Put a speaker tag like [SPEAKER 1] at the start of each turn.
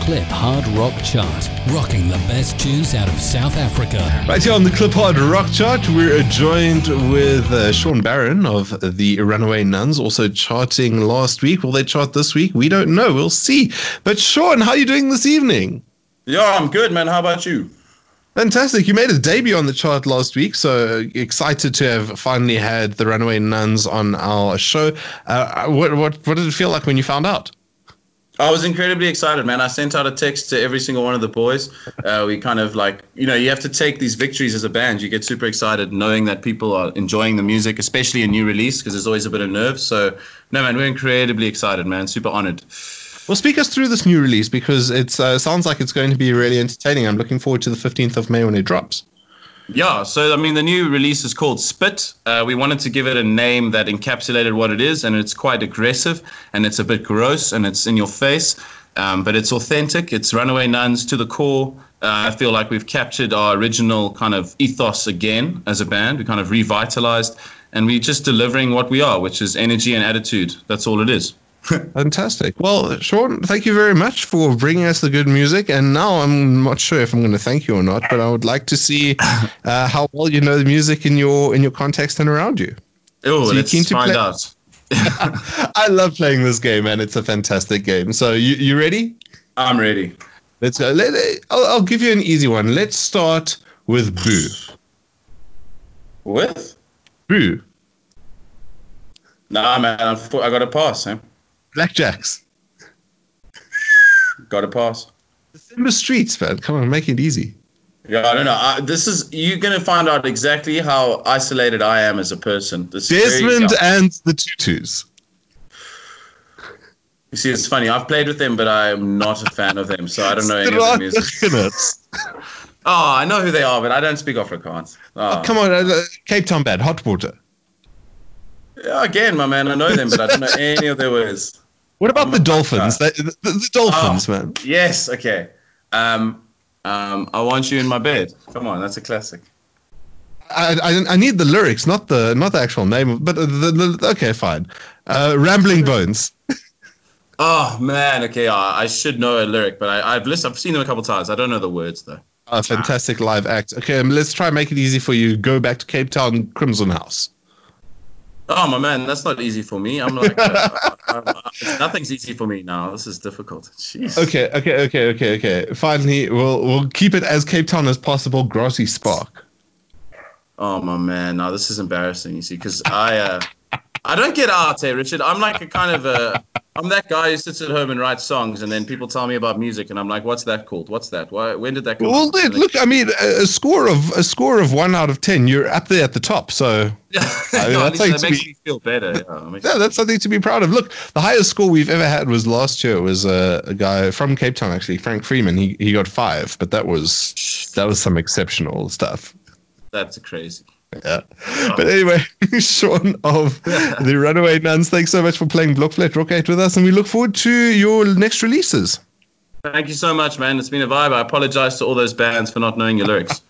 [SPEAKER 1] Clip Hard Rock Chart, rocking the best tunes out of South Africa.
[SPEAKER 2] Right here on the Clipod Rock Chart, we're joined with uh, Sean Barron of the Runaway Nuns, also charting last week. Will they chart this week? We don't know. We'll see. But Sean, how are you doing this evening?
[SPEAKER 3] Yeah, I'm good, man. How about you?
[SPEAKER 2] Fantastic. You made a debut on the chart last week, so uh, excited to have finally had the Runaway Nuns on our show. Uh, what, what, what did it feel like when you found out?
[SPEAKER 3] I was incredibly excited, man. I sent out a text to every single one of the boys. Uh, we kind of like, you know, you have to take these victories as a band. You get super excited knowing that people are enjoying the music, especially a new release, because there's always a bit of nerve. So, no, man, we're incredibly excited, man. Super honored.
[SPEAKER 2] Well, speak us through this new release because it uh, sounds like it's going to be really entertaining. I'm looking forward to the 15th of May when it drops.
[SPEAKER 3] Yeah, so I mean, the new release is called Spit. Uh, we wanted to give it a name that encapsulated what it is, and it's quite aggressive, and it's a bit gross, and it's in your face, um, but it's authentic. It's Runaway Nuns to the core. Uh, I feel like we've captured our original kind of ethos again as a band. We kind of revitalized, and we're just delivering what we are, which is energy and attitude. That's all it is.
[SPEAKER 2] Fantastic. Well, Sean, thank you very much for bringing us the good music. And now I'm not sure if I'm going to thank you or not, but I would like to see uh, how well you know the music in your in your context and around you.
[SPEAKER 3] Oh, so let's keen to find play? out.
[SPEAKER 2] I love playing this game, and it's a fantastic game. So you you ready?
[SPEAKER 3] I'm ready.
[SPEAKER 2] Let's go. Let, uh, I'll, I'll give you an easy one. Let's start with Boo.
[SPEAKER 3] With
[SPEAKER 2] Boo.
[SPEAKER 3] Nah, man, I've, I got a pass, eh? man.
[SPEAKER 2] Blackjacks.
[SPEAKER 3] Got to pass.
[SPEAKER 2] December streets, man. Come on, make it easy.
[SPEAKER 3] Yeah, I don't know. I, this is you're gonna find out exactly how isolated I am as a person. This
[SPEAKER 2] Desmond and the Tutus.
[SPEAKER 3] You see, it's funny. I've played with them, but I am not a fan of them, so I don't know any of their music. oh, I know who they are, but I don't speak Afrikaans. Ah,
[SPEAKER 2] Oh. oh come on, uh, Cape Town bad, hot water.
[SPEAKER 3] Yeah, again, my man, I know them, but I don't know any of their words.
[SPEAKER 2] What about the Dolphins? The, the, the Dolphins, oh, man.
[SPEAKER 3] Yes. Okay. Um, um, I want you in my bed. Come on, that's a classic.
[SPEAKER 2] I, I, I need the lyrics, not the not the actual name. But the, the okay, fine. Uh, Rambling Bones.
[SPEAKER 3] oh man, okay. Uh, I should know a lyric, but I, have listened. I've seen them a couple times. I don't know the words though.
[SPEAKER 2] A oh, fantastic ah. live act. Okay, um, let's try and make it easy for you. Go back to Cape Town, Crimson House.
[SPEAKER 3] Oh my man, that's not easy for me. I'm like, uh, I'm, I'm, nothing's easy for me now. This is difficult. Jeez.
[SPEAKER 2] Okay, okay, okay, okay, okay. Finally, we'll we'll keep it as Cape Town as possible. Grossy Spark.
[SPEAKER 3] Oh my man, now this is embarrassing. You see, because I uh, I don't get art, eh, Richard. I'm like a kind of a I'm that guy who sits at home and writes songs, and then people tell me about music, and I'm like, "What's that called? What's that? Why, when did that?" Come
[SPEAKER 2] well, dude, look, I mean, a, a score of a score of one out of ten, you're up there at the top. So
[SPEAKER 3] yeah, I mean, no, that's that makes be, me feel better. Yeah,
[SPEAKER 2] yeah, that's something to be proud of. Look, the highest score we've ever had was last year. It was uh, a guy from Cape Town, actually, Frank Freeman. He he got five, but that was that was some exceptional stuff.
[SPEAKER 3] That's crazy.
[SPEAKER 2] Yeah. But anyway, Sean of the Runaway Nuns, thanks so much for playing Blockflat Rock 8 with us, and we look forward to your next releases.
[SPEAKER 3] Thank you so much, man. It's been a vibe. I apologize to all those bands for not knowing your lyrics.